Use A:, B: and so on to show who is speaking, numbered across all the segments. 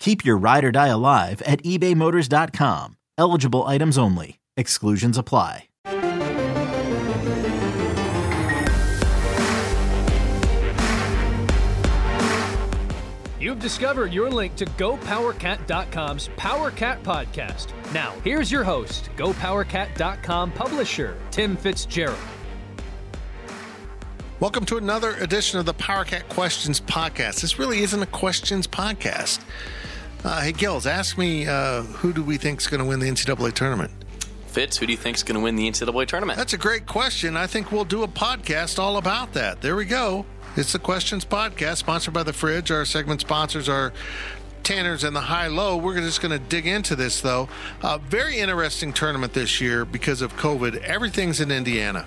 A: Keep your ride or die alive at ebaymotors.com. Eligible items only. Exclusions apply.
B: You've discovered your link to GoPowerCat.com's PowerCat podcast. Now, here's your host, GoPowerCat.com publisher, Tim Fitzgerald.
C: Welcome to another edition of the PowerCat Questions Podcast. This really isn't a questions podcast. Uh, hey, Gills, ask me uh, who do we think is going to win the NCAA tournament?
D: Fitz, who do you think's going to win the NCAA tournament?
C: That's a great question. I think we'll do a podcast all about that. There we go. It's the Questions Podcast, sponsored by The Fridge. Our segment sponsors are Tanners and the High Low. We're just going to dig into this, though. Uh, very interesting tournament this year because of COVID. Everything's in Indiana.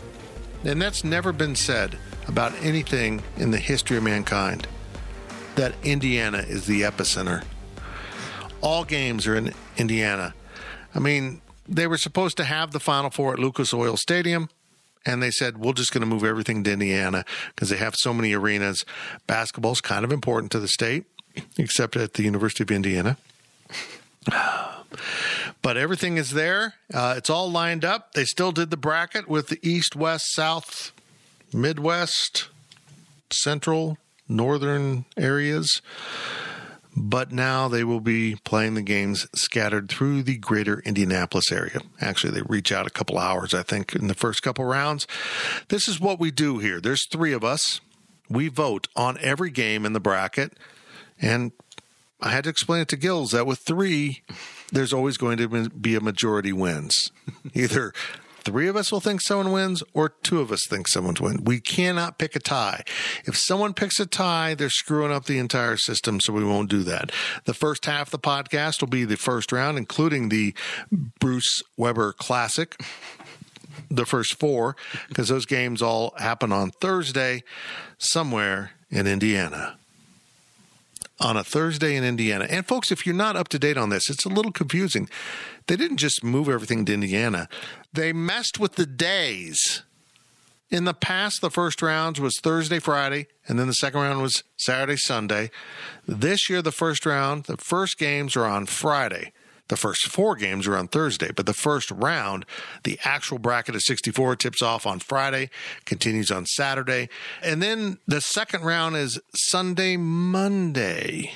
C: And that's never been said about anything in the history of mankind that Indiana is the epicenter. All games are in Indiana. I mean, they were supposed to have the Final Four at Lucas Oil Stadium, and they said, we're just going to move everything to Indiana because they have so many arenas. Basketball's kind of important to the state, except at the University of Indiana but everything is there. Uh, it's all lined up. They still did the bracket with the East, West, South, Midwest, Central, Northern areas. But now they will be playing the games scattered through the greater Indianapolis area. Actually, they reach out a couple hours, I think, in the first couple rounds. This is what we do here. There's three of us. We vote on every game in the bracket. And I had to explain it to Gills that with three, there's always going to be a majority wins. Either three of us will think someone wins or two of us think someone's win. We cannot pick a tie. If someone picks a tie, they're screwing up the entire system, so we won't do that. The first half of the podcast will be the first round, including the Bruce Weber Classic the first four because those games all happen on Thursday somewhere in Indiana. On a Thursday in Indiana. And folks, if you're not up to date on this, it's a little confusing. They didn't just move everything to Indiana, they messed with the days. In the past, the first rounds was Thursday, Friday, and then the second round was Saturday, Sunday. This year, the first round, the first games are on Friday. The first four games are on Thursday, but the first round, the actual bracket of 64 tips off on Friday, continues on Saturday. And then the second round is Sunday, Monday.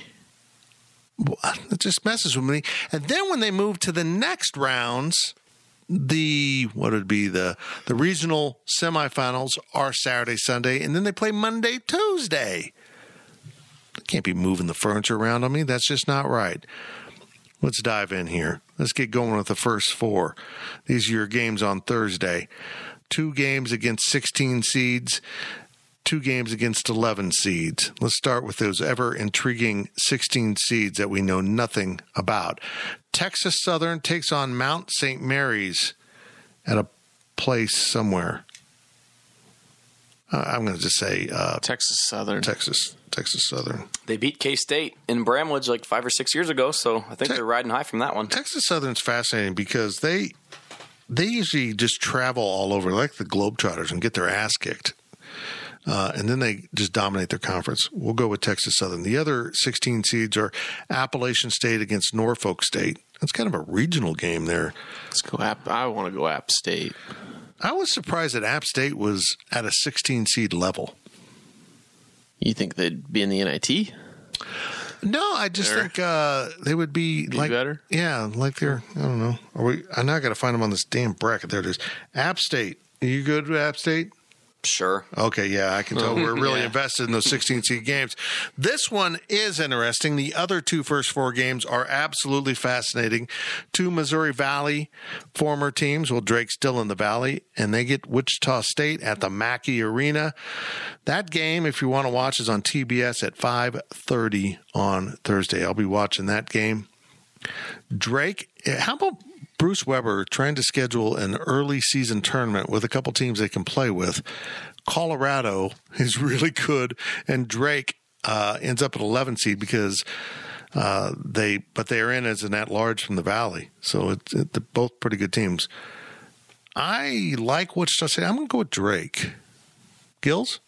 C: What? It just messes with me. And then when they move to the next rounds, the what would be the the regional semifinals are Saturday, Sunday, and then they play Monday, Tuesday. Can't be moving the furniture around on me. That's just not right. Let's dive in here. Let's get going with the first four. These are your games on Thursday. Two games against 16 seeds, two games against 11 seeds. Let's start with those ever intriguing 16 seeds that we know nothing about. Texas Southern takes on Mount St. Mary's at a place somewhere. Uh, I'm going to just say uh,
D: Texas Southern.
C: Texas, Texas Southern.
D: They beat K State in Bramwoods like five or six years ago, so I think
C: Te-
D: they're riding high from that one.
C: Texas Southern's fascinating because they they usually just travel all over like the Globetrotters and get their ass kicked. Uh, and then they just dominate their conference. We'll go with Texas Southern. The other 16 seeds are Appalachian State against Norfolk State. That's kind of a regional game there.
E: Let's go App. I want to go App State.
C: I was surprised that App State was at a 16 seed level.
E: You think they'd be in the NIT?
C: No, I just
E: They're-
C: think uh, they would be like
E: better?
C: Yeah, like they're I don't know. Are we? I now got to find them on this damn bracket. There it is. App State. Are you good with App State?
D: Sure.
C: Okay, yeah, I can tell we're really invested in those 16 seed games. This one is interesting. The other two first four games are absolutely fascinating. Two Missouri Valley former teams. Well, Drake's still in the Valley, and they get Wichita State at the Mackey Arena. That game, if you want to watch, is on TBS at 5:30 on Thursday. I'll be watching that game. Drake, how about Bruce Weber trying to schedule an early season tournament with a couple teams they can play with? Colorado is really good, and Drake uh, ends up at 11 seed because uh, they, but they are in as an at large from the Valley, so it's it, they're both pretty good teams. I like Wichita State. I'm going to go with Drake. Gills?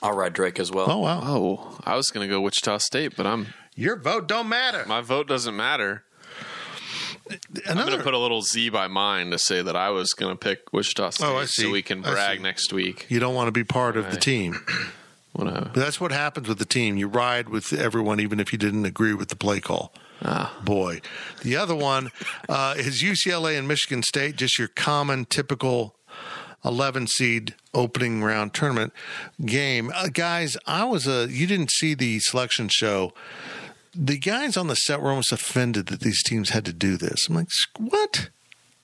D: I'll ride Drake as
C: Oh
D: well.
C: wow,
E: Oh, I was going to go Wichita State, but I'm
C: your vote don't matter.
E: my vote doesn't matter. I'm
C: Another-
E: going to put a little Z by mine to say that I was going to pick Wichita State
C: Oh, I see.
E: so we can
C: I
E: brag
C: see.
E: next week.
C: you don't want to be part of the
E: Right.
C: team.
E: When I,
C: But that's what happens with the team. You ride with everyone, even if you didn't agree with the play call. Boy. The other one uh, is UCLA and Michigan State, just your common, typical 11 seed opening round tournament game. Uh, guys, I was a, you didn't see the selection show. The guys on the set were almost offended that these teams had to do this. I'm like, what?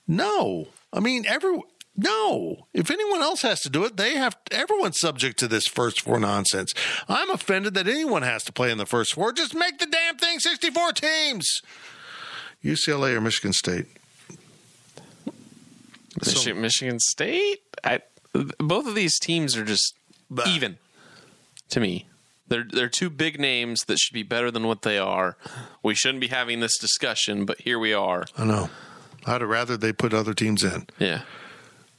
C: No. I mean, every no. If anyone else has to do it, they have everyone's subject to this first four nonsense. I'm offended that anyone has to play in the first four. Just make the damn thing 64 teams. UCLA or Michigan State?
E: Michi- Michigan State. I, th- both of these teams are just
C: Bah.
E: even to me. They're they're two big names that should be better than what they are. We shouldn't be having this discussion, but here we are.
C: I know. I'd rather they put other teams in.
E: Yeah.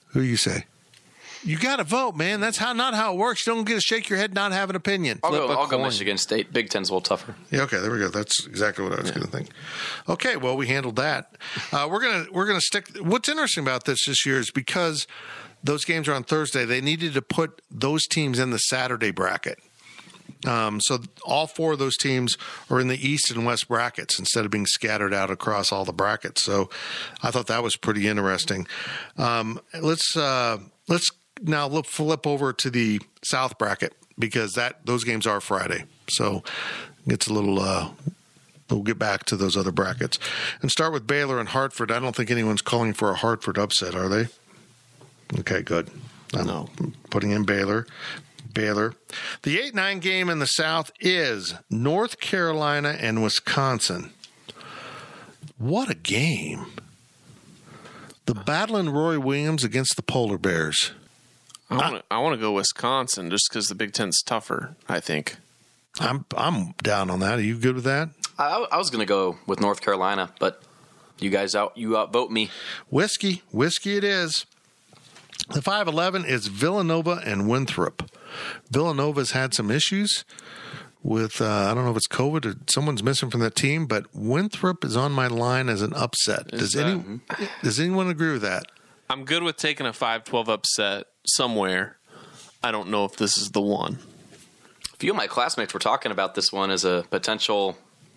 C: Who you say? You got to vote, man. That's how not how it works. You don't get to shake your head, not have an opinion.
D: I'll go.
E: Flip a
D: I'll go
E: coin.
D: Michigan State. Big Ten's a little tougher.
C: Yeah, okay, there we go. That's exactly what I was going to think. Okay, well, we handled that. Uh, we're gonna we're gonna stick. What's interesting about this this year is because those games are on Thursday. They needed to put those teams in the Saturday bracket. Um, so all four of those teams are in the East and West brackets instead of being scattered out across all the brackets. So I thought that was pretty interesting. Um, let's uh, let's now look, flip over to the South bracket because that those games are Friday. So it's a little. Uh, We'll get back to those other brackets and start with Baylor and Hartford. I don't think anyone's calling for a Hartford upset, are they? Okay, good. I'm
E: No.
C: putting in Baylor. Baylor. The 8 9 game in the South is North Carolina and Wisconsin. What a game. The battling Roy Williams against the Polar Bears. Ah.
E: I want to I want to go Wisconsin just because the Big Ten's tougher. I think.
C: I'm I'm down on that. Are you good with that?
D: I, I was gonna go with North Carolina, but you guys out. You outvote me.
C: Whiskey, whiskey it is. The 511 is Villanova and Winthrop. Villanova's had some issues with, uh, I don't know if it's COVID or someone's missing from that team, but Winthrop is on my line as an upset.
E: Is
C: Does, any,
D: Mm-hmm.
C: does anyone agree with that?
E: I'm good with taking a 5-12 upset somewhere. I don't know if this is the one.
D: A few of my classmates were talking about this one as a potential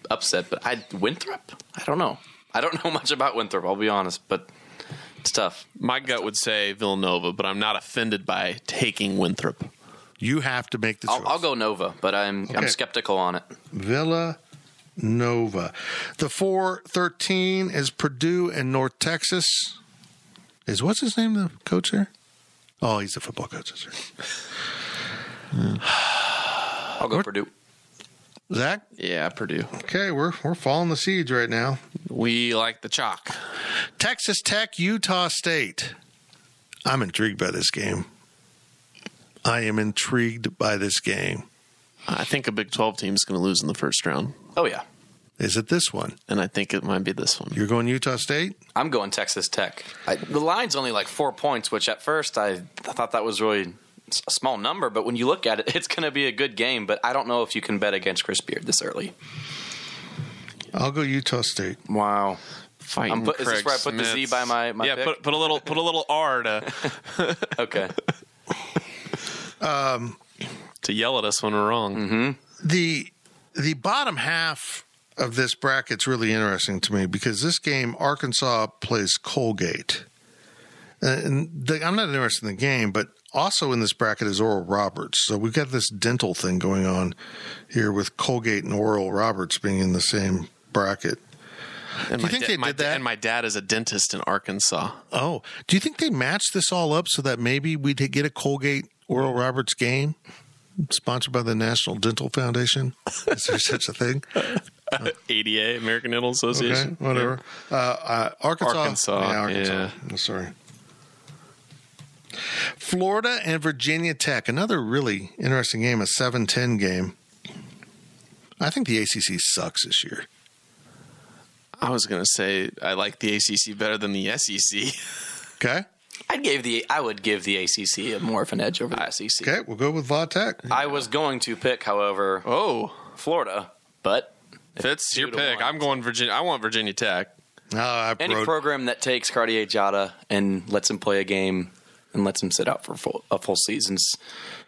D: upset, but I Winthrop. I don't know. I don't know much about Winthrop. I'll be honest, but it's tough.
E: My gut would say Villanova, but I'm not offended by taking Winthrop.
C: You have to make the choice.
D: I'll, I'll go Nova, but I'm
C: Okay.
D: I'm skeptical on it.
C: Villa Nova. The 413 is Purdue and North Texas. Is what's his name, the coach there? Oh, he's the football coach. that's right.
D: I'll go Purdue.
C: Zach?
E: Yeah, Purdue.
C: Okay, we're, we're falling the seeds right now.
E: We like the chalk.
C: Texas Tech, Utah State. I'm intrigued by this game. I am intrigued by this game.
E: I think a Big 12 team's going to lose in the first round,
D: Oh yeah,
C: Is it this one?
E: and I think it might be this one.
C: You're going Utah State?
D: I'm going Texas Tech. I, the line's only like four points, which at first I, I thought that was really s- a small number, but when you look at it, it's going to be a good game. But I don't know if you can bet against Chris Beard this early.
C: I'll go Utah State.
D: Wow.
E: Fighting
D: I'm put- is this
E: Craig
D: where I put the Z
E: Smiths.
D: by my- my
E: yeah.
D: pick?
E: Put, put a little put a little R to
D: Okay.
E: to yell at us when we're wrong.
D: Mm-hmm.
C: the the bottom half of this bracket's really interesting to me because this game Uh, Arkansas plays Colgate, and the, I'm not interested in the game, but Also in this bracket is Oral Roberts. So we've got this dental thing going on here with Colgate and Oral Roberts being in the same bracket.
E: And
C: Do you
E: my
C: think
E: da-
C: they
E: my
C: did
E: da-
C: that?
E: And my dad is a dentist in Arkansas.
C: Oh, do you think they matched this all up so that maybe we would get a Colgate Oral Roberts game sponsored by the National Dental Foundation? Is there such a thing?
E: ADA, American Dental
C: Okay,
E: Association.
C: whatever. Uh, uh, Arkansas.
E: Arkansas, yeah.
C: I'm sorry. Florida and Virginia Tech. Another really interesting game, a 7 10 game. I think the ACC sucks this year.
E: I was gonna say I like the ACC better than the E SEC.
C: Okay.
D: I gave the I would give the ACC a more of an edge over the SEC.
C: Okay. We'll go with Va Tech.
D: I was going to pick, however,
E: Oh,
D: Florida, but
E: Fitz, your
D: to
E: pick.
D: one.
E: I'm going Virginia. I want Virginia Tech.
C: No, Ah, I
D: any
C: wrote-
D: program that takes Cartier Jada and lets him play a game and lets him sit out for full, a full season's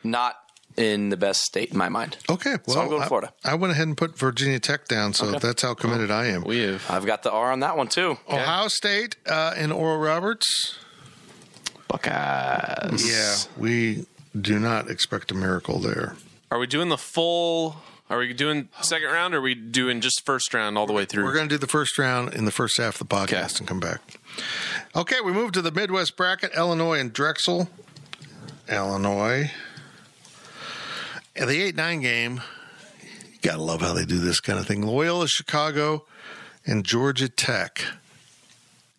D: not in the best state in my mind.
C: Okay. Well,
D: So I'm going
C: I-
D: Florida.
C: I, went ahead and put Virginia Tech down, so that's how committed I am.
E: We have
D: I've got the R on that one too.
C: Ohio State uh, and Oral Roberts.
E: Buckeyes.
C: Yeah, we do not expect a miracle there.
E: Are we doing the full? Are we doing second round? Or are we doing just first round all the way through?
C: We're going to do the first round in the first half of the podcast
E: Okay.
C: and come back. Okay, we move to the Midwest bracket Illinois and Drexel. Illinois. And the 8 9 game, you got to love how they do this kind of thing. Loyola, Chicago, and Georgia Tech.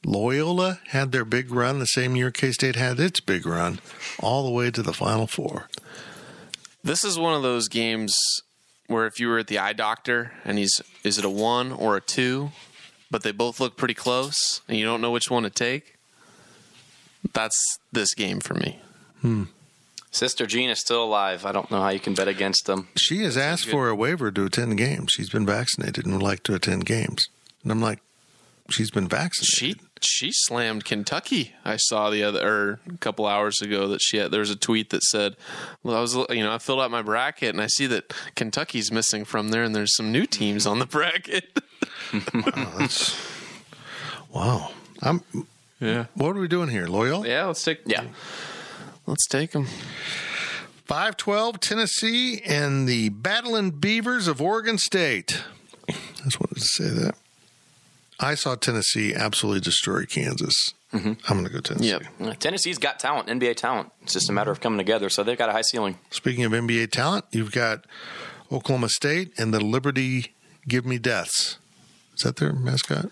C: Loyola had their big run the same year K State had its big run, all the way to the Final Four.
E: This is one of those games where if you were at the eye doctor and he's is it a one or a two, but they both look pretty close and you don't know which one to take. That's this game for me.
D: Sister Jean is still alive. I don't know how you can bet against them.
C: She has asked for a waiver to attend games. She's been vaccinated and would like to attend games. And I'm like, she's been vaccinated.
E: She she slammed Kentucky. I saw the other or a couple hours ago that she had, there was a tweet that said, "Well, I was you know I filled out my bracket and I see that Kentucky's missing from there and there's some new teams on the bracket."
C: Oh, that's- wow. I'm.
E: Yeah.
C: What are we doing here, Loyal?
E: Yeah, let's take
D: Yeah.
E: Let's take them.
C: Five twelve Tennessee and the Battling Beavers of Oregon State. I just wanted to say that. I saw Tennessee absolutely destroy Kansas. I'm going to go Tennessee.
E: Mm-hmm. Yep.
D: Uh, Tennessee's got talent, NBA talent. It's just a matter of coming together. So they've got a high ceiling.
C: Speaking of NBA talent, you've got Oklahoma State and the Liberty Give Me Deaths. Is that their mascot?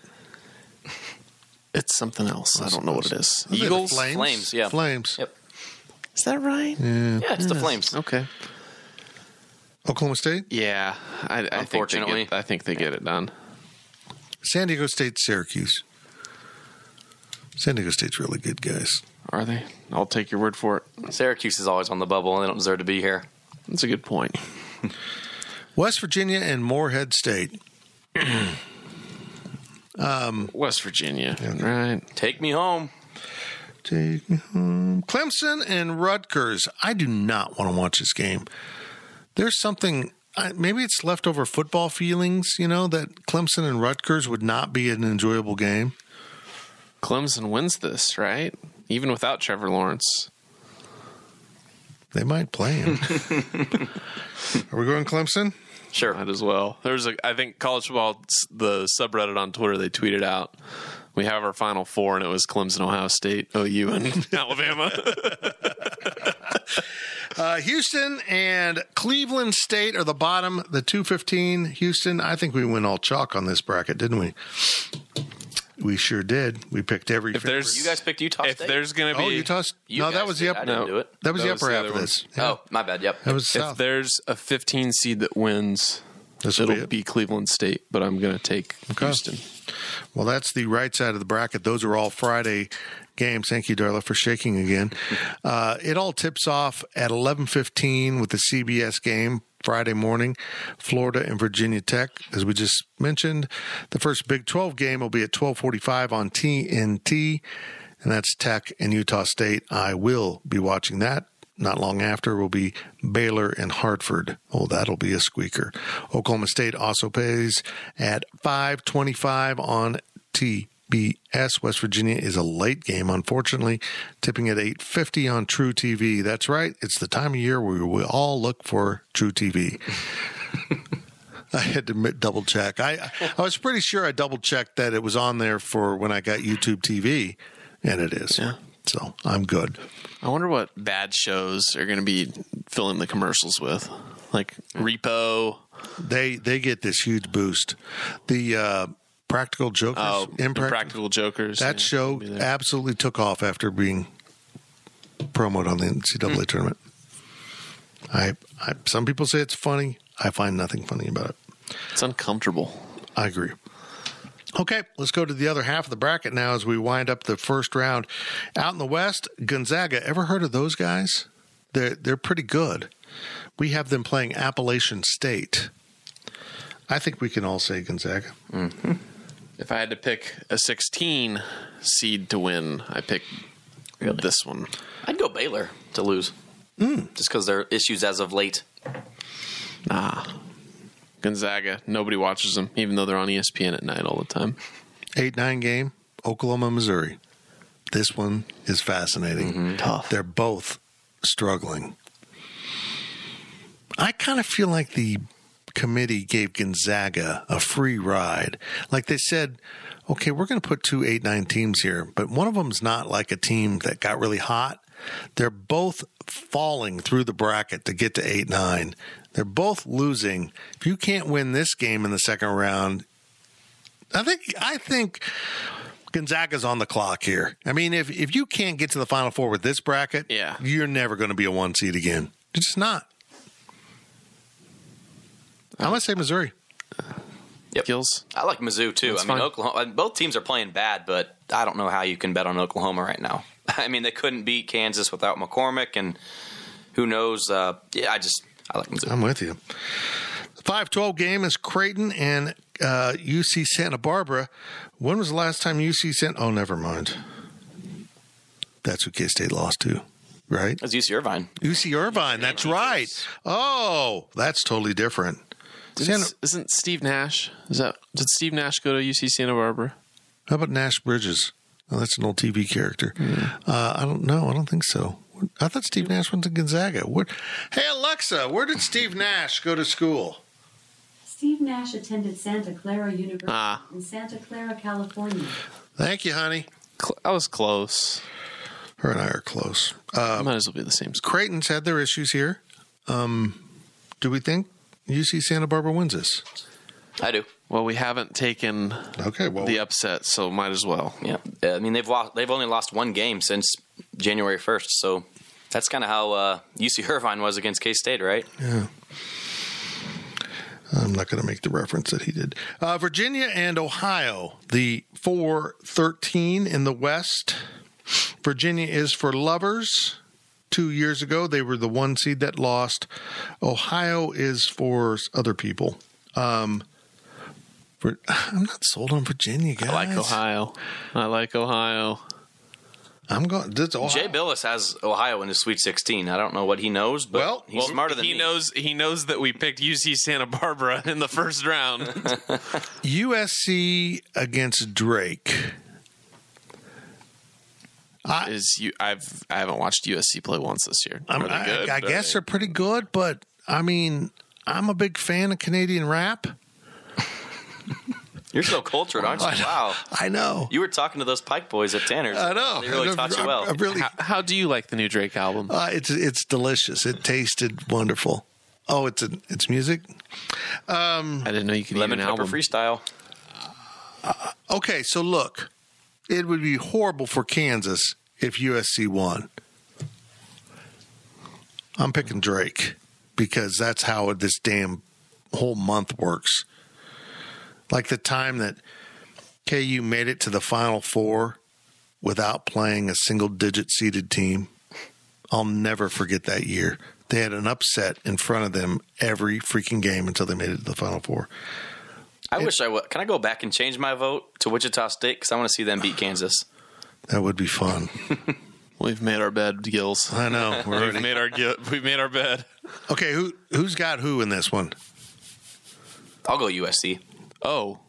E: It's something else. I don't know what it is.
C: Are they the
E: Eagles.
C: Flames.
D: Flames, yeah.
C: Flames.
D: Yep.
E: Is that right?
D: Yeah, it's the Flames.
E: Okay.
C: Oklahoma State,
E: Yeah. I, I Think they
D: Unfortunately.
E: get, I think they get it done.
C: San Diego State, Syracuse. San Diego State's really good, guys.
E: Are they? I'll take your word for it.
D: Syracuse is always on the bubble and they don't deserve to be here.
E: That's a good point.
C: West Virginia and Moorhead State.
E: West Virginia. Right.
D: Take me home.
C: Take me home. Clemson and Rutgers. I do not want to watch this game. There's something, I- maybe it's leftover football feelings, you know, that Clemson and Rutgers would not be an enjoyable game.
E: Clemson wins this, right? Even without Trevor Lawrence.
C: They might play him. Are we going Clemson?
D: Sure.
E: Might as well. There's a I think college football s- the subreddit on Twitter they tweeted out we have our final four and it was Clemson, Ohio State, OU and Alabama.
C: Uh, Houston and Cleveland State are the bottom, the 215. Houston, I think we went all chalk on this bracket, didn't we? We sure did. We picked every.
E: If there's
D: You guys picked Utah
E: if
D: State?
E: there's gonna be
C: oh, Utah. St-
D: You
C: no, that
D: guys
C: was the
D: did. I
C: upper.
D: didn't
E: No.
D: do it.
C: That was
E: That
C: the
E: was
C: upper
E: the
C: half
E: other
C: of
E: one.
C: this. Yeah.
D: Oh, my bad. Yep.
C: that was
E: if
C: south.
E: there's a 15 seed that wins,
C: This will
E: it'll
C: be
E: be,
C: it.
E: Cleveland State, but I'm going to take
C: Okay.
E: Houston.
C: Well, that's the right side of the bracket. Those are all Friday games. Thank you, Darla, for shaking again. Uh, it all tips off at 11:15 with the CBS game Friday morning, Florida and Virginia Tech, as we just mentioned. The first Big 12 game will be at 12:45 on TNT, and that's Tech and Utah State. I will be watching that. Not long after will be Baylor and Hartford. Oh, that'll be a squeaker. Oklahoma State also plays at 5:25 on TNT. FBS West Virginia is a late game, unfortunately, tipping at 8:50 on True TV. That's right. It's the time of year where we all look for True TV. I had to mi- double check. I I was pretty sure I double checked that it was on there for when I got YouTube TV, and it is.
E: Yeah.
C: So I'm good.
E: I wonder what bad shows are going to be filling the commercials with, like Repo.
C: They they get this huge boost. The uh, Practical Jokers,
E: Oh,
C: Impractical-
E: Impractical Jokers.
C: that
E: yeah,
C: show
E: be there.
C: absolutely took off after being promoted on the NCAA
E: Hmm.
C: tournament. I, I some people say it's funny. I find nothing funny about it.
E: It's uncomfortable.
C: I agree. Okay, let's go to the other half of the bracket now as we wind up the first round. Out in the West, Gonzaga. Ever heard of those guys? They're they're pretty good. We have them playing Appalachian State. I think we can all say Gonzaga.
E: If I had to pick a 16 seed to win, I pick this one.
D: I'd go Baylor to lose. Just because their issues as of late.
E: Gonzaga. Nobody watches them, even though they're on E ESPN at night all the time.
C: eight nine game oklahoma missouri this one is fascinating
E: Tough.
C: they're both struggling i kind of feel like the committee gave gonzaga a free ride like they said okay we're going to put two eight nine teams here but one of them's not like a team that got really hot they're both falling through the bracket to get to eight nine they're both losing if you can't win this game in the second round I think I think Gonzaga's on the clock here. I mean, if if you can't get to the final four with this bracket,
E: Yeah.
C: you're never going to be a one seed again. It's just not. I'm gonna say Missouri.
D: Yep.
E: Gills.
D: I like Mizzou too.
E: That's
D: I mean,
E: fine.
D: Oklahoma. Both teams are playing bad, but I don't know how you can bet on Oklahoma right now. I mean, they couldn't beat Kansas without McCormick, and who knows? Uh, yeah, I just I like Mizzou.
C: I'm with you. Five twelve game is Creighton and uh, UC Santa Barbara. When was the last time UC Santa? Oh, never mind. That's who K State lost to, right?
D: It's UC Irvine.
C: UC Irvine. That's right. Oh, that's totally different. Santa-
E: Isn't, isn't Steve Nash? Is that did Steve Nash go to UC Santa Barbara?
C: How about Nash Bridges? Oh, that's an old TV character. Uh, I don't know. I don't think so. I thought Steve Nash went to Gonzaga. Where, hey, Alexa, where did Steve Nash go to school?
F: Steve Nash attended Santa Clara University
E: Ah.
F: in Santa Clara, California.
C: Thank you, honey.
E: Cl- I was close.
C: Her and I are close.
E: Might as well be the same school.
C: Creighton's had their issues here. Um, do we think UC Santa Barbara wins this?
D: I do.
E: Well, we haven't taken
C: Okay, well,
E: the upset, so might as well.
D: Yeah, I mean they've lost. They've only lost one game since January first. So that's kind of how uh, UC Irvine was against K State, right?
C: I'm not going to make the reference that he did. Uh, Virginia and Ohio, the 4 13 in the West. Virginia is for lovers. Two years ago, they were the one seed that lost. Ohio is for other people. Um, Vir- I'm not sold on Virginia, guys.
E: I like Ohio. I like Ohio.
C: I'm going. This Ohio.
D: Jay Billis has Ohio in his Sweet 16. I don't know what he knows, but
C: Well,
D: he's smarter than
E: he
D: me.
E: knows. He knows that we picked UC Santa Barbara in the first round.
C: USC against Drake. I,
E: Is you? I've I haven't watched USC play once this year.
C: I'm,
E: Are they
C: I,
E: good?
C: I guess they're pretty good, but I mean, I'm a big fan of Canadian rap.
D: You're so cultured, aren't you? Wow.
C: I know.
D: You were talking to those Pike boys at Tanner's.
C: I know.
D: They really
C: I'm-
D: taught you
C: I'm-
D: well.
C: I'm really,
E: How, how do you like the new Drake album?
C: uh, it's it's delicious. It tasted wonderful. Oh, it's an it's music. Um,
E: I didn't know you could
D: Lemon
E: eat an
D: pepper
E: album.
D: freestyle.
C: Okay, so look, it would be horrible for Kansas if USC won. I'm picking Drake because that's how this damn whole month works. Like the time that KU made it to the Final Four without playing a single digit seeded team. I'll never forget that year. They had an upset in front of them every freaking game until they made it to the Final Four.
D: I wish I would. Can I go back and change my vote to Wichita State? Because I want to see them beat Kansas.
C: That would be fun.
E: We've made our bed, Gills.
C: I know. We're
E: We've made our gi- we've made our bed.
C: Okay, who who's got who in this one?
D: I'll go USC.
E: Oh,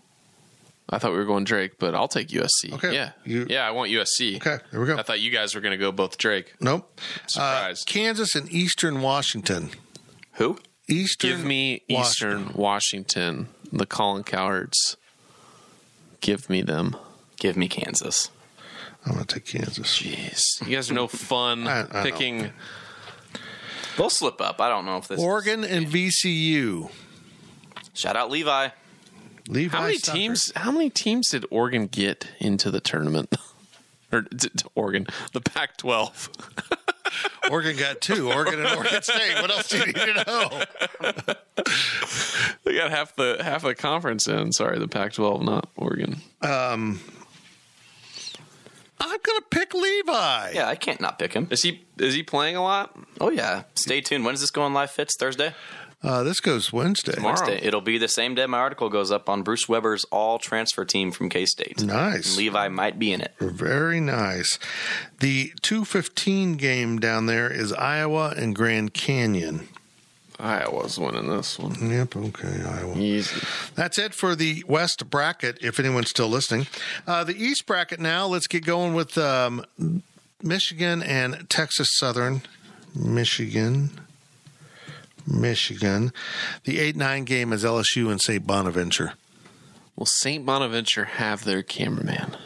E: I thought we were going Drake, but I'll take USC.
C: Okay.
E: Yeah.
C: You-
E: yeah, I want USC.
C: Okay, there we go.
E: I thought you guys were going to go both Drake.
C: Nope. Uh,
E: Surprise.
C: Kansas and Eastern Washington.
D: Who?
C: Eastern.
E: Give me
C: Washington.
E: Eastern Washington, the Colin Cowards. Give me them.
D: Give me Kansas.
C: I'm going to take Kansas.
E: Jeez. You guys are no fun
C: I- I know.
E: picking.
D: They'll slip up. I don't know if this.
C: Oregon and VCU.
D: Shout out Levi.
C: Levi
E: How many
C: Stucker.
E: teams? How many teams did Oregon get into the tournament? or d- d- Oregon, the Pac-12.
C: Oregon got two. Oregon and Oregon State. What else do you need to know?
E: They got half the half the conference in. Sorry, the Pac-12, not Oregon.
C: I'm going to pick Levi.
D: Yeah, I can't not pick him.
E: Is he is he playing a lot?
D: Oh yeah. Stay tuned. When does this go on live fits? Thursday?
C: Uh, this goes Wednesday.
D: Wednesday. It'll be the same day my article goes up on Bruce Weber's all transfer team from K State.
C: Nice.
D: Levi might be in it.
C: Very nice. The 215 game down there is Iowa and Grand Canyon.
E: Iowa's winning this one.
C: Yep. Okay. Iowa.
E: Easy.
C: That's it for the West bracket, if anyone's still listening. Uh, the East bracket now, let's get going with um, Michigan and Texas Southern. Michigan. Michigan. The 8 9 game is LSU and St. Bonaventure.
E: Will St. Bonaventure have their cameraman?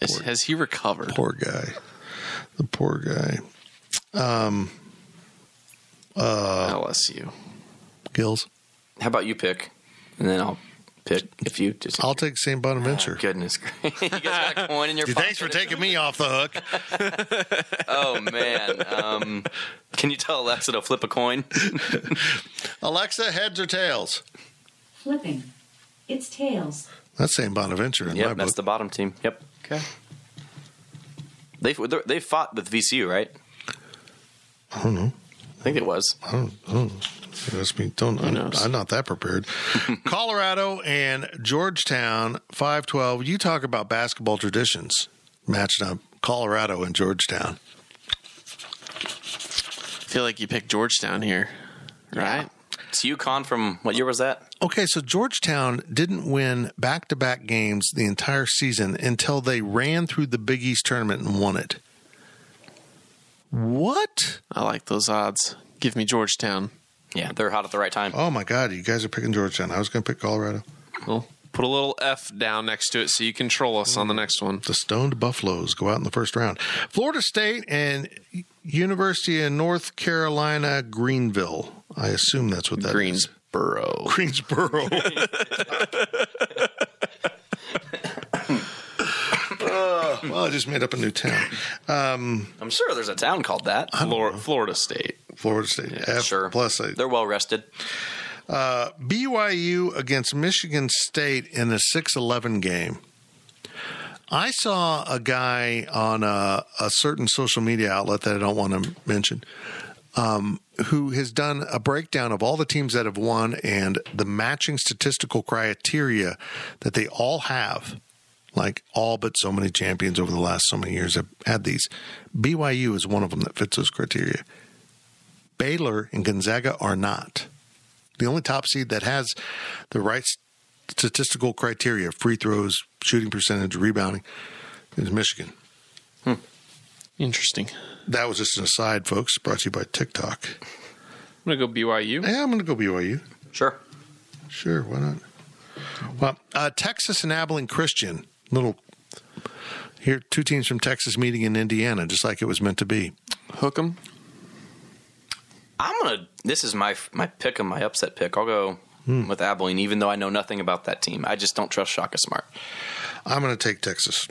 E: Is, has he recovered?
C: Poor guy. The poor guy. Uh,
E: LSU.
C: Gills.
D: How about you pick? And then I'll pick if you just
C: I'll take St.
D: Oh,
C: Bonaventure.
D: goodness gracious. you guys got a coin in your
C: Gee,
D: pocket.
C: Thanks for taking me off the hook.
D: Oh man. Um, can you tell Alexa to flip a coin?
C: Alexa, heads or tails?
F: Flipping. It's tails.
C: That's St. Bonaventure in my
D: yep,
C: book.
D: that's the bottom team. Yep. Okay. They they fought with VCU, right?
C: I don't know.
D: I think it was.
C: I don't, I don't that's me. Don't, I'm,
E: knows?
C: I'm not that prepared. Colorado and Georgetown, 512. You talk about basketball traditions matching up Colorado and Georgetown.
E: I feel like you picked Georgetown here, right?
D: It's UConn from what year was that?
C: Okay, so Georgetown didn't win back to back games the entire season until they ran through the Big East tournament and won it. What?
E: I like those odds. Give me Georgetown.
D: Yeah, they're hot at the right time.
C: Oh my God, you guys are picking Georgetown. I was going to pick Colorado.
E: Well, put a little F down next to it so you control us on the next one.
C: the stoned buffaloes go out in the first round florida state and university of north carolina greenville i assume that's what that is.
E: Greensboro.
C: greensboro Uh, well i just made up a new town
D: I'm sure there's a town called that.
E: Florida, Florida State.
C: florida state F
D: sure.
C: plus I,
D: They're well rested.
C: Uh, byu against michigan state in a 6-11 game I saw a guy on a, a certain social media outlet that I don't want to mention um, who has done a breakdown of all the teams that have won and the matching statistical criteria that they all have. Like all but so many champions over the last so many years have had these. BYU is one of them that fits those criteria. Baylor and Gonzaga are not. The only top seed that has the right statistical criteria free throws, shooting percentage, rebounding is Michigan.
E: Interesting.
C: That was just an aside, folks, brought to you by TikTok.
E: I'm going to go BYU.
C: Yeah, I'm going to go BYU.
D: Sure.
C: Sure, why not? Well, uh, Texas and Abilene Christian, little here, two teams from Texas meeting in Indiana, just like it was meant to be.
E: Hook 'em.
D: I'm gonna. This is my my pick and my upset pick. I'll go
C: Hmm.
D: with Abilene, even though I know nothing about that team. I just don't trust Shaka Smart.
C: I'm going to take Texas.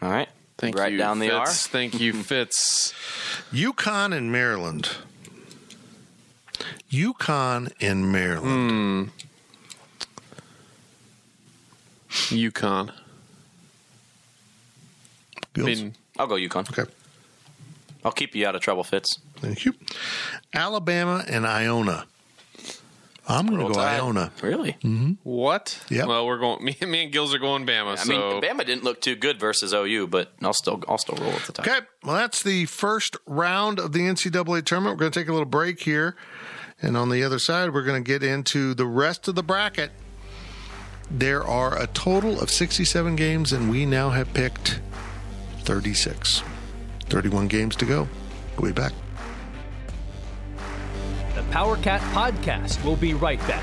D: All right.
E: Thank
D: right
E: you,
D: down the R.
E: Fitz. Thank you, Fitz.
C: Yukon and Maryland. Yukon and Maryland.
E: UConn. I
C: Bills?
E: mean,
D: I'll go UConn.
C: okay.
D: I'll keep you out of trouble, Fitz.
C: Thank you. Alabama and Iona. I'm going to go
D: Tide.
C: Iona.
D: Really?
C: Mm-hmm.
E: what?
C: Yep.
E: Well, we're going. Me, me and Gills are going Bama.
D: I
E: so
D: mean, Bama didn't look too good versus OU, but I'll still I'll still roll with the time.
C: Okay. Well, that's the first round of the NCAA tournament. We're going to take a little break here. And on the other side, we're going to get into the rest of the bracket. there are a total of 67 games, and we now have picked 36. 31 games to go. We'll be back.
B: The Power Cat Podcast will be right back.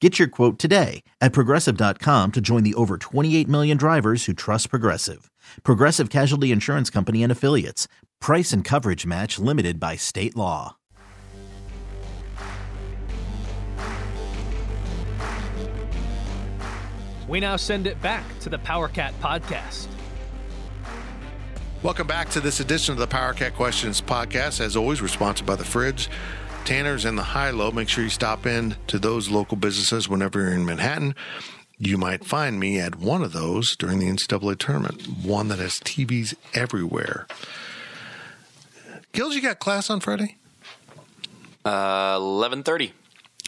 A: Get your quote today at progressive.com to join the over 28 million drivers who trust Progressive. Progressive Casualty Insurance Company and Affiliates. Price and coverage match limited by state law.
B: We now send it back to the Power Cat Podcast.
C: Welcome back to this edition of the Power Cat Questions podcast. As always, we're sponsored by the Fridge, Tanner's, and the High Low. Make sure you stop in to those local businesses whenever you're in Manhattan. You might find me at one of those during the NCAA tournament, one that has TVs everywhere. Gills, you got class on Friday,
D: Uh, Eleven thirty.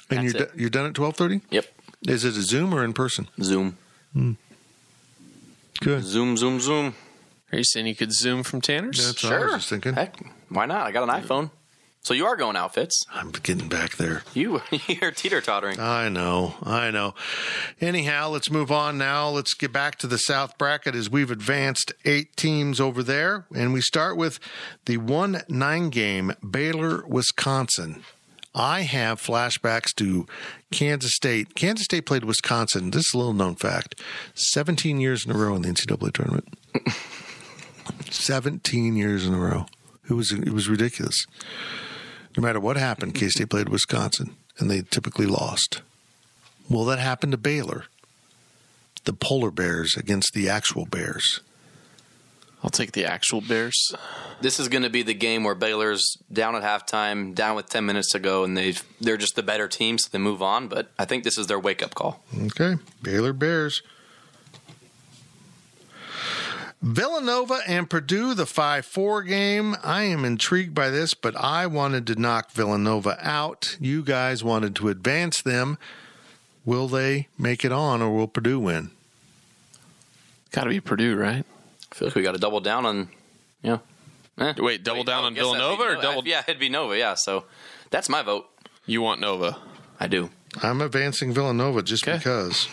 C: and
D: That's
C: you're
D: it.
C: do- you're done at twelve thirty.
D: Yep.
C: Is it a Zoom or in person?
D: Zoom.
C: Good.
D: Zoom. Zoom. Zoom.
E: Are you saying you could zoom from Tanner's?
C: That's what I was just thinking.
D: Heck, why not? I got an iPhone. So you are going outfits.
C: I'm getting back there.
D: You you're teeter tottering.
C: I know, I know. Anyhow, let's move on now. Let's get back to the South bracket as we've advanced eight teams over there. And we start with the 1 9 game Baylor, Wisconsin. I have flashbacks to Kansas State. Kansas State played Wisconsin. This is a little known fact 17 years in a row in the NCAA tournament. 17 years in a row. It was, it was ridiculous. No matter what happened, K State played Wisconsin, and they typically lost. Well, that happened to Baylor. The polar bears against the actual bears.
E: I'll take the actual Bears.
D: This is going to be the game where Baylor's down at halftime, down with ten minutes to go, and they they're just the better team, so they move on. But I think this is their wake up call.
C: Okay, Baylor Bears. Villanova and Purdue, the 5 4 game. I am intrigued by this, but I wanted to knock Villanova out. You guys wanted to advance them. Will they make it on, or will Purdue win?
E: Got to be Purdue, right?
D: I feel like we got to double down on yeah. Eh.
E: Wait, double down
D: I
E: on
D: guess that'd be
E: Villanova or
D: Nova.
E: double?
D: Yeah, it'd be Nova. Yeah, so that's my vote.
E: You want Nova?
D: I do.
C: I'm advancing Villanova just
E: Okay.
C: because.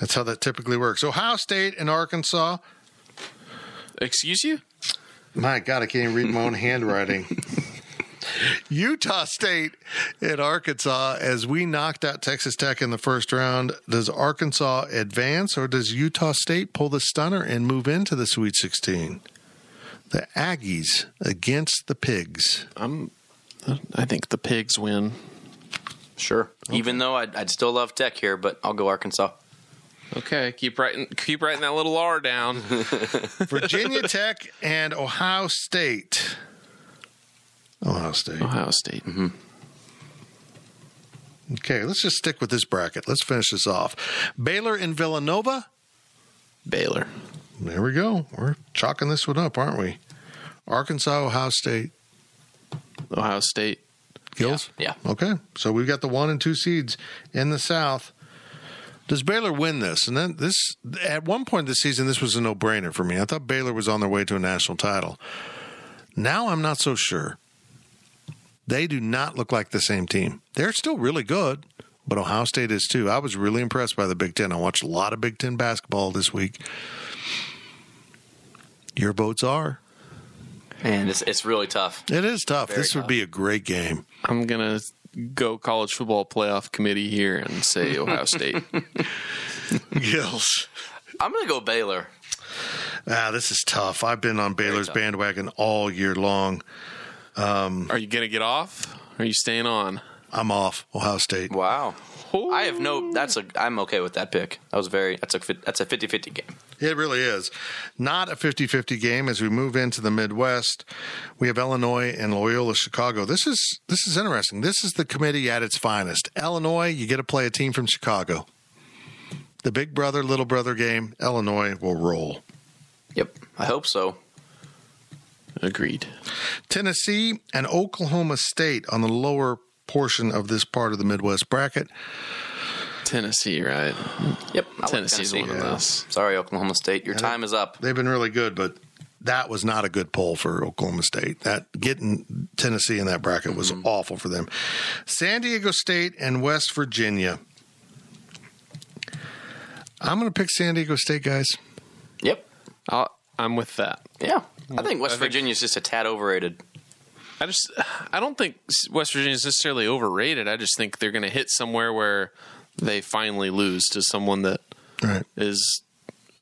C: That's how that typically works. Ohio State and Arkansas.
E: Excuse you?
C: My God, I can't even read my own handwriting. Utah State and Arkansas. As we knocked out Texas Tech in the first round, does Arkansas advance or does Utah State pull the stunner and move into the Sweet 16? The Aggies against the Pigs.
E: I'm. I think the pigs win.
D: Sure. Even though I'd, I'd still love Tech here, but I'll go Arkansas.
E: Okay, keep writing. Keep writing that little R down.
C: Virginia Tech and Ohio State. Ohio State.
E: Ohio State.
C: Okay, let's just stick with this bracket. Let's finish this off. Baylor and Villanova.
E: Baylor.
C: There we go. We're chalking this one up, aren't we? Arkansas, Ohio State,
E: Ohio State.
C: Gills.
D: Yeah.
C: Okay, so we've got the one and two seeds in the South. Does Baylor win this? And then this, at one point this season, this was a no brainer for me. I thought Baylor was on their way to a national title. Now I'm not so sure. They do not look like the same team. They're still really good, but Ohio State is too. I was really impressed by the Big Ten. I watched a lot of Big Ten basketball this week. Your votes are.
D: Man, it's, it's really tough.
C: It is tough.
D: Very
C: this
D: tough.
C: would be a great game.
E: I'm gonna go college football playoff committee here and say Ohio State.
C: Gills.
D: I'm going to go Baylor.
C: ah, this is tough. I've been on Baylor's bandwagon all year long.
E: Are you gonna get off? Or are you staying on?
C: I'm off Ohio State.
D: Wow. I have no. That's a. I'm okay with that pick. That was very. That's a. fi- That's a 50-50 game.
C: It really is. Not a 50 50 game as we move into the Midwest. We have Illinois and Loyola Chicago. This is this is interesting. This is the committee at its finest. Illinois, you get to play a team from Chicago. The big brother, little brother game, Illinois will roll.
D: Yep. I hope so.
E: Agreed.
C: Tennessee and Oklahoma State on the lower portion of this part of the Midwest bracket.
E: Tennessee, right?
D: Yep. I like
E: Tennessee's one of
D: Tennessee.
E: those.
D: Sorry, Oklahoma State. Your time is up.
C: They've been really good, but that was not a good poll for Oklahoma State. That getting Tennessee in that bracket was awful for them. San Diego State and West Virginia. I'm going to pick San Diego State, guys.
D: Yep.
E: I'll, I'm with that.
D: Yeah. I think West Virginia's just a tad overrated.
E: I just I don't think West Virginia is necessarily overrated. I just think they're going to hit somewhere where they finally lose to someone that
C: Right.
E: is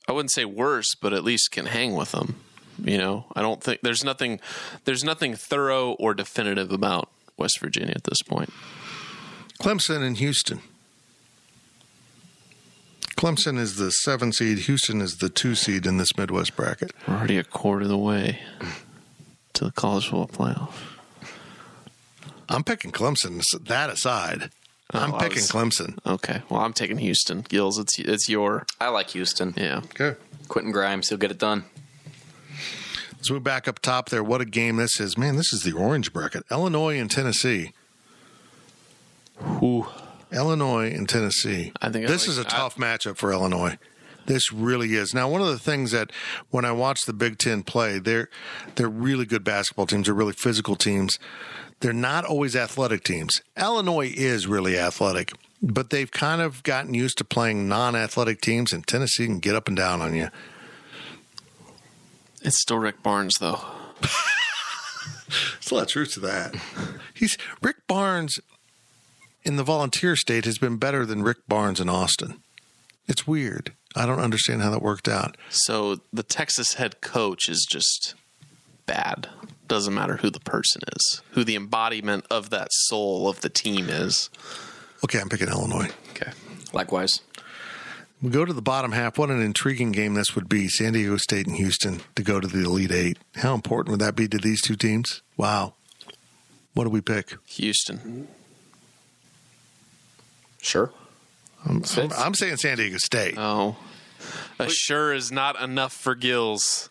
E: I wouldn't say worse, but at least can hang with them. You know, I don't think there's nothing there's nothing thorough or definitive about West Virginia at this point.
C: Clemson and Houston. Clemson is the seven seed. Houston is the two seed in this Midwest bracket.
E: We're already a quarter of the way to the college football playoff.
C: I'm picking Clemson. That aside, I'm
E: I
C: picking
E: was-
C: Clemson.
E: Okay, well I'm taking Houston. Gills, it's it's your
D: I like Houston.
E: yeah.
C: Okay.
D: Quentin Grimes, he'll get it done.
C: Let's move back up top there. What a game this is. Man, this is the orange bracket. Illinois and Tennessee.
E: Ooh.
C: Illinois and Tennessee.
E: I think I
C: this
E: like-
C: is a
E: I-
C: tough matchup for Illinois. This really is. Now, one of the things that when I watch the Big Ten play, they're they're really good basketball teams. They're really physical teams. They're not always athletic teams. Illinois is really athletic, but they've kind of gotten used to playing non-athletic teams, and Tennessee can get up and down on you.
E: It's still Rick Barnes though.
C: There's a lot of truth to that. He's Rick Barnes in the volunteer state has been better than Rick Barnes in Austin. It's weird. I don't understand how that worked out.
E: So the Texas head coach is just bad. Doesn't matter who the person is, who the embodiment of that soul of the team is.
C: Okay, I'm picking Illinois.
E: Okay.
D: Likewise.
C: We go to the bottom half. What an intriguing game this would be. San Diego State and Houston to go to the Elite Eight. How important would that be to these two teams? Wow. What do we pick?
E: Houston.
D: Sure.
C: I'm, I'm, I'm saying San Diego State.
D: Uh.
E: Oh. A sure is not enough for Gills.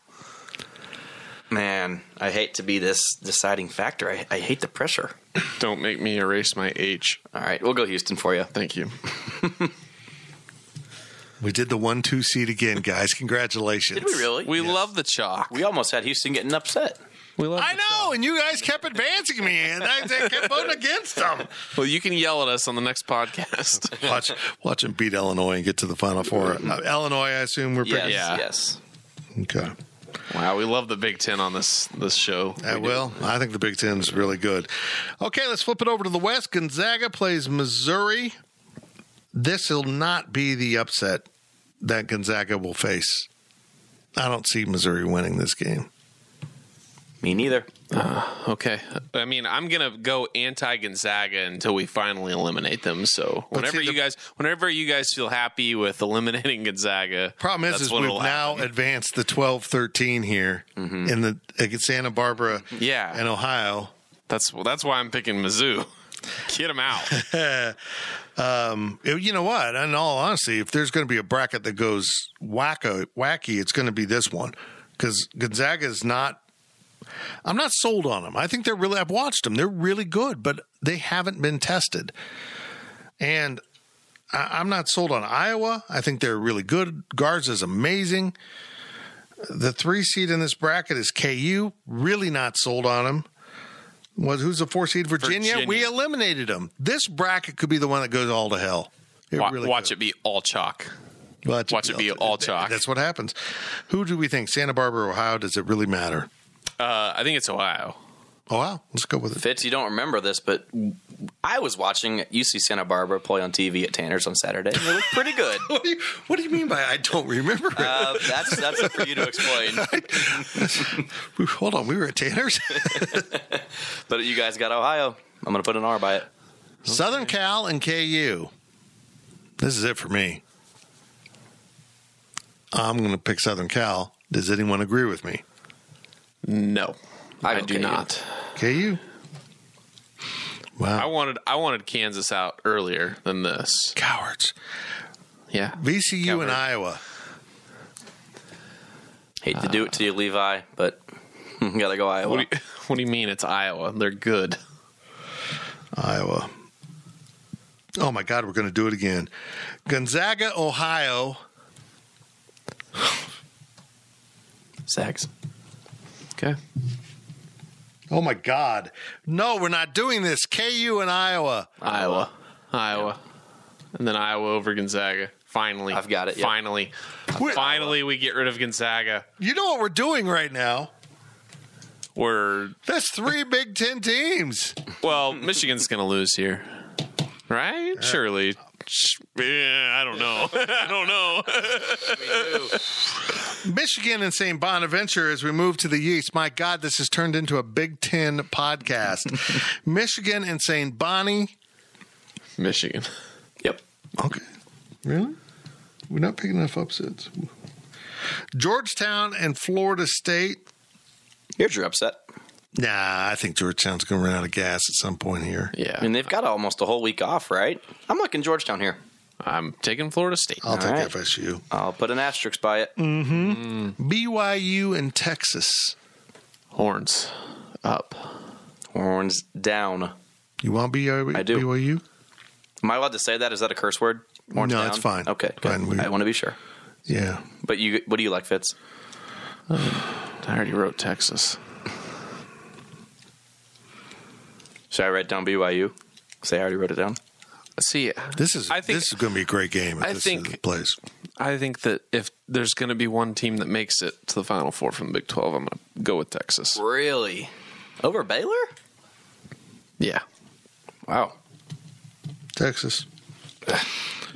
D: Man, I hate to be this deciding factor. I, I hate the pressure.
E: Don't make me erase my H.
D: All right, we'll go Houston for you.
E: Thank you.
C: We did the one two seed again, guys. Congratulations.
D: Did we really?
E: We love the chalk.
D: we almost had Houston getting upset.
E: We love
C: I know, and you guys kept advancing me, and I, I kept voting against them.
E: Well, you can yell at us on the next podcast.
C: watch watch them beat Illinois and get to the Final Four. Uh, Illinois, I assume we're
D: Yes.
C: picking.
E: Mm-hmm. Yeah.
D: Yes.
C: Okay.
E: wow, we love the Big Ten on this this show.
C: I will. Uh, I think the Big Ten's really good. Okay, let's flip it over to the West. Gonzaga plays Missouri. This will not be the upset that Gonzaga will face. I don't see Missouri winning this game.
D: Me neither.
E: Okay. I mean, I'm going to go anti Gonzaga until we finally eliminate them. So, whenever
C: see,
E: you
C: the-
E: guys whenever you guys feel happy with eliminating Gonzaga,
C: Problem is,
E: that's
C: is we've
E: when it'll
C: now
E: happen. Mm-hmm.
C: advanced the 12-13 here in the against Santa Barbara
E: Yeah.
C: and Ohio.
E: That's well, that's why I'm picking Mizzou. Get them out.
C: It- you know what? In all honesty, if there's going to be a bracket that goes wacko, wacky, it's going to be this one because Gonzaga is not. I'm not sold on them. I think they're really. I've watched them. They're really good, but they haven't been tested. And I, I'm not sold on Iowa. I think they're really good. Garza's amazing. The three seed in this bracket is KU. Really not sold on them. What, who's the four seed? Virginia?
E: Virginia.
C: We eliminated them. This bracket could be the one that goes all to hell. It
E: Wa-
C: really
E: watch
C: could.
E: it be all chalk.
C: Watch,
E: watch it be all chalk.
C: That's what happens. Who do we think? Santa Barbara, Ohio? Does it really matter?
E: Uh, I think it's Ohio.
C: Oh, wow. Let's go with it.
D: Fitz, you don't remember this, but I was watching UC Santa Barbara play on TV at Tanner's on Saturday. and They looked pretty good.
C: What do you, what do you mean by I don't remember it?
D: Uh, that's that's for you to explain.
C: We- Hold on. We were at Tanner's.
D: But you guys got Ohio. I'm going to put an R by it.
C: Southern Cal and KU. This is it for me. I'm going to pick Southern Cal. Does anyone agree with me?
E: No, I,
D: don't
E: do
D: care.
E: not.
C: KU.
E: I
C: Wow.
E: wanted I wanted Kansas out earlier than this.
C: Cowards.
E: Yeah,
C: VCU
E: Coward.
C: and Iowa.
D: Hate to do it to you, Levi, but gotta go Iowa.
E: What do, you, what do you mean it's Iowa? They're good.
C: Iowa. Oh my God, we're going to do it again. Gonzaga, Ohio.
D: Zags.
E: Okay.
C: Oh my God. No, we're not doing this. KU and Iowa.
E: Iowa. Iowa. And then Iowa over Gonzaga. Finally.
D: I've got it, yep.
E: Finally. Finally, we get rid of Gonzaga.
C: You know what we're doing right now?
E: We're,
C: That's three Big Ten teams.
E: well, Michigan's going to lose here. Right? Surely. Sh- yeah, I don't know. I don't know.
C: Michigan and St. Bonaventure as we move to the East. My God, this has turned into a Big Ten podcast. Michigan and St. Bonnie.
E: Michigan.
D: Yep.
C: Okay. Really? We're not picking enough upsets. Georgetown and Florida State.
D: Here's your upset.
C: Nah, I think Georgetown's going to run out of gas at some point here.
D: I mean,
E: Yeah.
D: they've got almost a whole week off, right? I'm liking Georgetown here.
E: I'm taking Florida State.
C: I'll take
D: right.
C: FSU.
D: I'll put an asterisk by it.
C: BYU and Texas.
E: Horns up.
D: Horns down.
C: You want BYU?
D: I do.
C: BYU?
D: Am I allowed to say that? Is that a curse word? Horns
C: No,
D: down?
C: it's fine.
D: Okay, good.
C: Fine, we-
D: I want to be sure.
C: Yeah.
D: But you, what do you like, Fitz?
E: I already wrote Texas.
D: Should I write down BYU? Say I already wrote it down.
E: See,
C: This is
E: I think-
C: this is going to be a great game. If
E: I
C: this is
E: think-
C: the place.
E: I think that if there's going to be one team that makes it to the Final Four from the Big 12, I'm going to go with Texas.
D: Really? Over Baylor?
E: Yeah.
D: Wow.
C: Texas,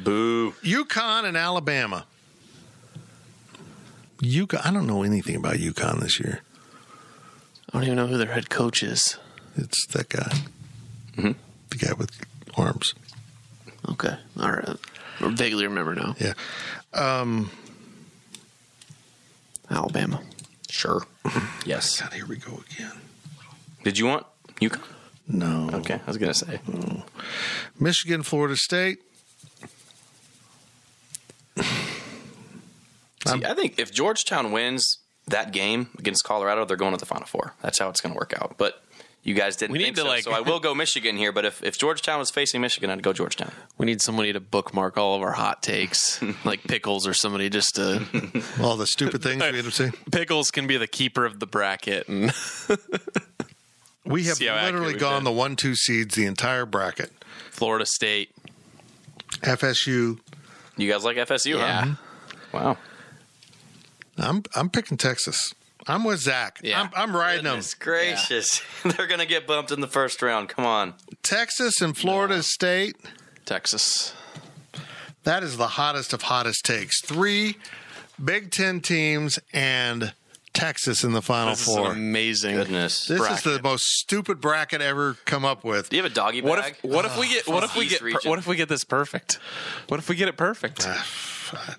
D: Boo.
C: UConn, and Alabama. UConn. I don't know anything about UConn this year.
E: I don't even know who their head coach is.
C: It's that guy,
E: Mm-hmm.
C: the guy with arms.
E: Okay. All right. I vaguely remember now.
C: Yeah. Um,
E: Alabama.
D: Sure. Yes.
C: God, Ah, here we go again.
D: Did you want UConn?
C: No.
D: Okay, I was gonna say.
C: Michigan, Florida State.
E: Um,
D: See, I think if Georgetown wins that game against Colorado, they're going to the Final Four. That's how it's going to work out. But you guys didn't
E: We need
D: think
E: to,
D: so,
E: like-
D: so I will go Michigan here. But if, if Georgetown was facing Michigan, I'd go Georgetown.
E: We need somebody to bookmark all of our hot takes, like Pickles or somebody just to.
C: All the stupid things we end up saying.
E: Pickles can be the keeper of the bracket. And
C: We have
E: See how accurate
C: literally
E: we've
C: gone
E: been.
C: the one two seeds the entire bracket.
E: Florida State.
C: FSU.
D: You guys like FSU,
C: Mm-hmm.
E: Yeah.
D: huh? Wow.
C: I'm I'm picking Texas. I'm with Zach.
E: Yeah.
C: I'm, I'm riding them.
D: Goodness gracious. they're going to get bumped in the first round. Come on.
C: Texas and Florida State.
E: Texas.
C: That is the hottest of hottest takes. Three Big Ten teams and Texas in the Final
E: This is an
C: Four.
E: amazing.
D: Goodness.
C: this
E: bracket.
C: is the most stupid bracket ever come up with.
D: Do you have a doggy bag?
E: What if what if we get what if we
D: East
E: get per-
D: region.
E: what if we get this perfect? What if we get it perfect?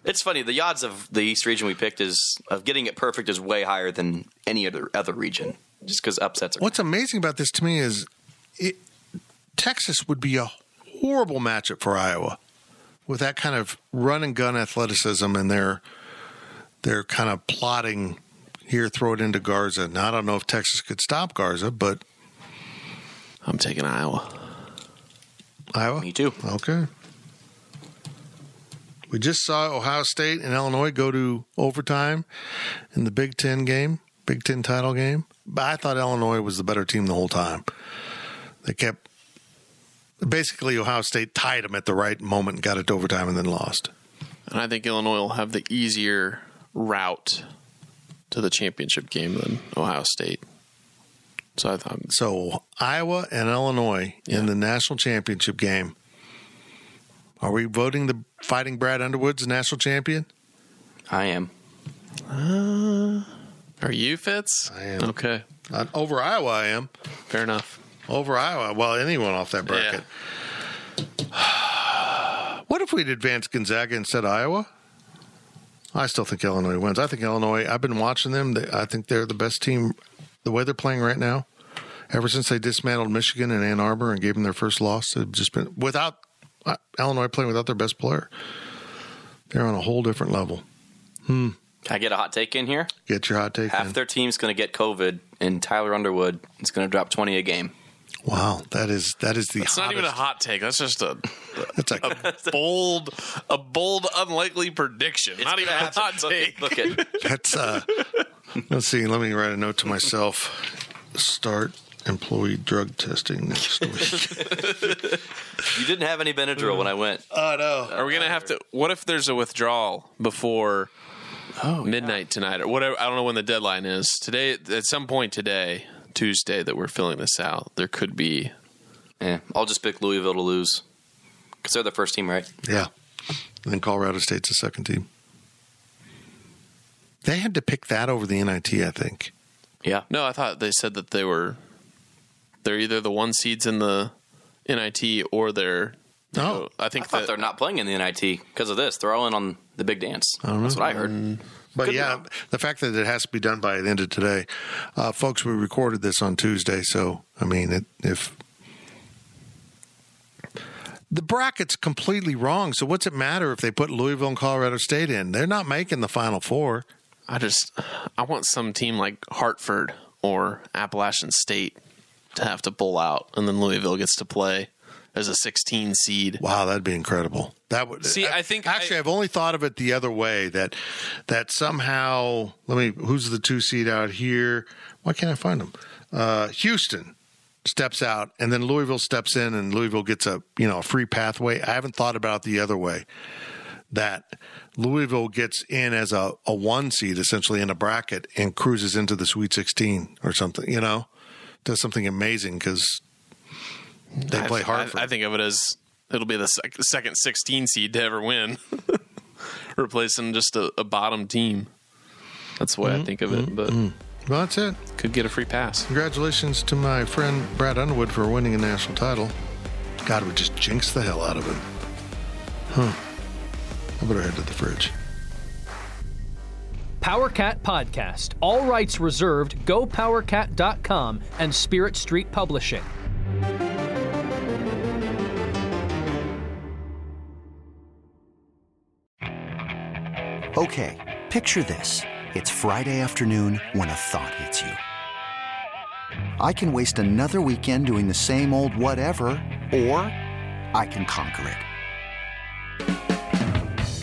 D: It's funny. The odds of the East region we picked is of getting it perfect is way higher than any other other region, just because upsets are.
C: What's amazing about this to me is it, Texas would be a horrible matchup for Iowa with that kind of run and gun athleticism and their their kind of plotting here, throw it into Garza. Now I don't know if Texas could stop Garza, but
E: I'm taking Iowa.
C: Iowa.
D: Me too.
C: Okay. We just saw Ohio State and Illinois go to overtime in the Big Ten game, Big Ten title game. But I thought Illinois was the better team the whole time. They kept basically Ohio State tied them at the right moment, got it to overtime, and then lost.
E: And I think Illinois will have the easier route to the championship game than Ohio State. So I thought,
C: So Iowa and Illinois in the national championship game. Are we voting the Fighting Brad Underwood's national champion?
D: I am.
E: are you Fitz?
C: I am.
E: Okay,
C: Uh, over Iowa, I am.
E: fair enough.
C: Over Iowa. Well, anyone off that bracket. What if we'd advanced Gonzaga instead of Iowa? I still think Illinois wins. I think Illinois, I've been watching them. They, I think they're the best team the way they're playing right now. Ever since they dismantled Michigan and Ann Arbor and gave them their first loss, they've just been without uh, Illinois playing without their best player. They're on a whole different level.
D: Can I get a hot take in here?
C: Get your hot take.
D: Half
C: in.
D: their team's going to get COVID, and Tyler Underwood is going to drop 20 a game.
C: wow, that is that is the
E: It's not even a
C: hottest-
E: hot take. That's just a
C: That's a
E: bold, a bold, unlikely prediction. not even a
D: That's-
E: hot
D: look
E: take.
D: at- Look at
C: That's uh let's see, let me write a note to myself. Start employee drug testing next week.
D: you didn't have any Benadryl when I went.
E: Uh,
C: oh no.
E: Are we gonna have to? What if there's a withdrawal before
D: Oh,
E: midnight tonight or whatever? I don't know when the deadline is. Today, at some point today, Tuesday, that we're filling this out, there could be.
D: Yeah, I'll just pick Louisville to lose because they're the first team, right?
C: Yeah. And then Colorado State's the second team. They had to pick that over the NIT, I think.
D: Yeah,
E: No, I thought they said that they were. They're either the one seeds in the NIT or they're.
C: No.
E: I think
D: Oh. I thought
E: that-
D: they're not playing in the NIT because of this. They're all in on the big dance. That's what I heard.
C: But yeah, the fact that it has to be done by the end of today. Uh, folks, we recorded this on Tuesday, so I mean, it, if the bracket's completely wrong, so what's it matter if they put Louisville and Colorado State in? They're not making the Final Four.
E: I just I want some team like Hartford or Appalachian State to have to pull out, and then Louisville gets to play as a 16 seed.
C: Wow, that'd be incredible. That would
E: See, I think I-
C: actually, I, have only thought of it the other way that that somehow. Let me. Who's the two seed out here? Why can't I find them? Uh, Houston steps out, and then Louisville steps in, and Louisville gets a you know a free pathway. I haven't thought about it the other way that Louisville gets in as a, a one seed essentially in a bracket and cruises into the Sweet 16 or something. You know, does something amazing because they play
E: I,
C: Hartford.
E: I think of it as it'll be the sec- second 16 seed to ever win, replacing just a, a bottom team. That's the
C: Mm-hmm.
E: way I think of it, but
C: well, that's it.
E: could get a free pass.
C: Congratulations to my friend Brad Underwood for winning a national title. God, we just jinxed the hell out of him. Huh. I better head to the fridge.
B: PowerCat Podcast. All rights reserved. GoPowerCat.com and Spirit Street Publishing.
G: Okay, picture this. It's Friday afternoon when a thought hits you. I can waste another weekend doing the same old whatever, or I can conquer it.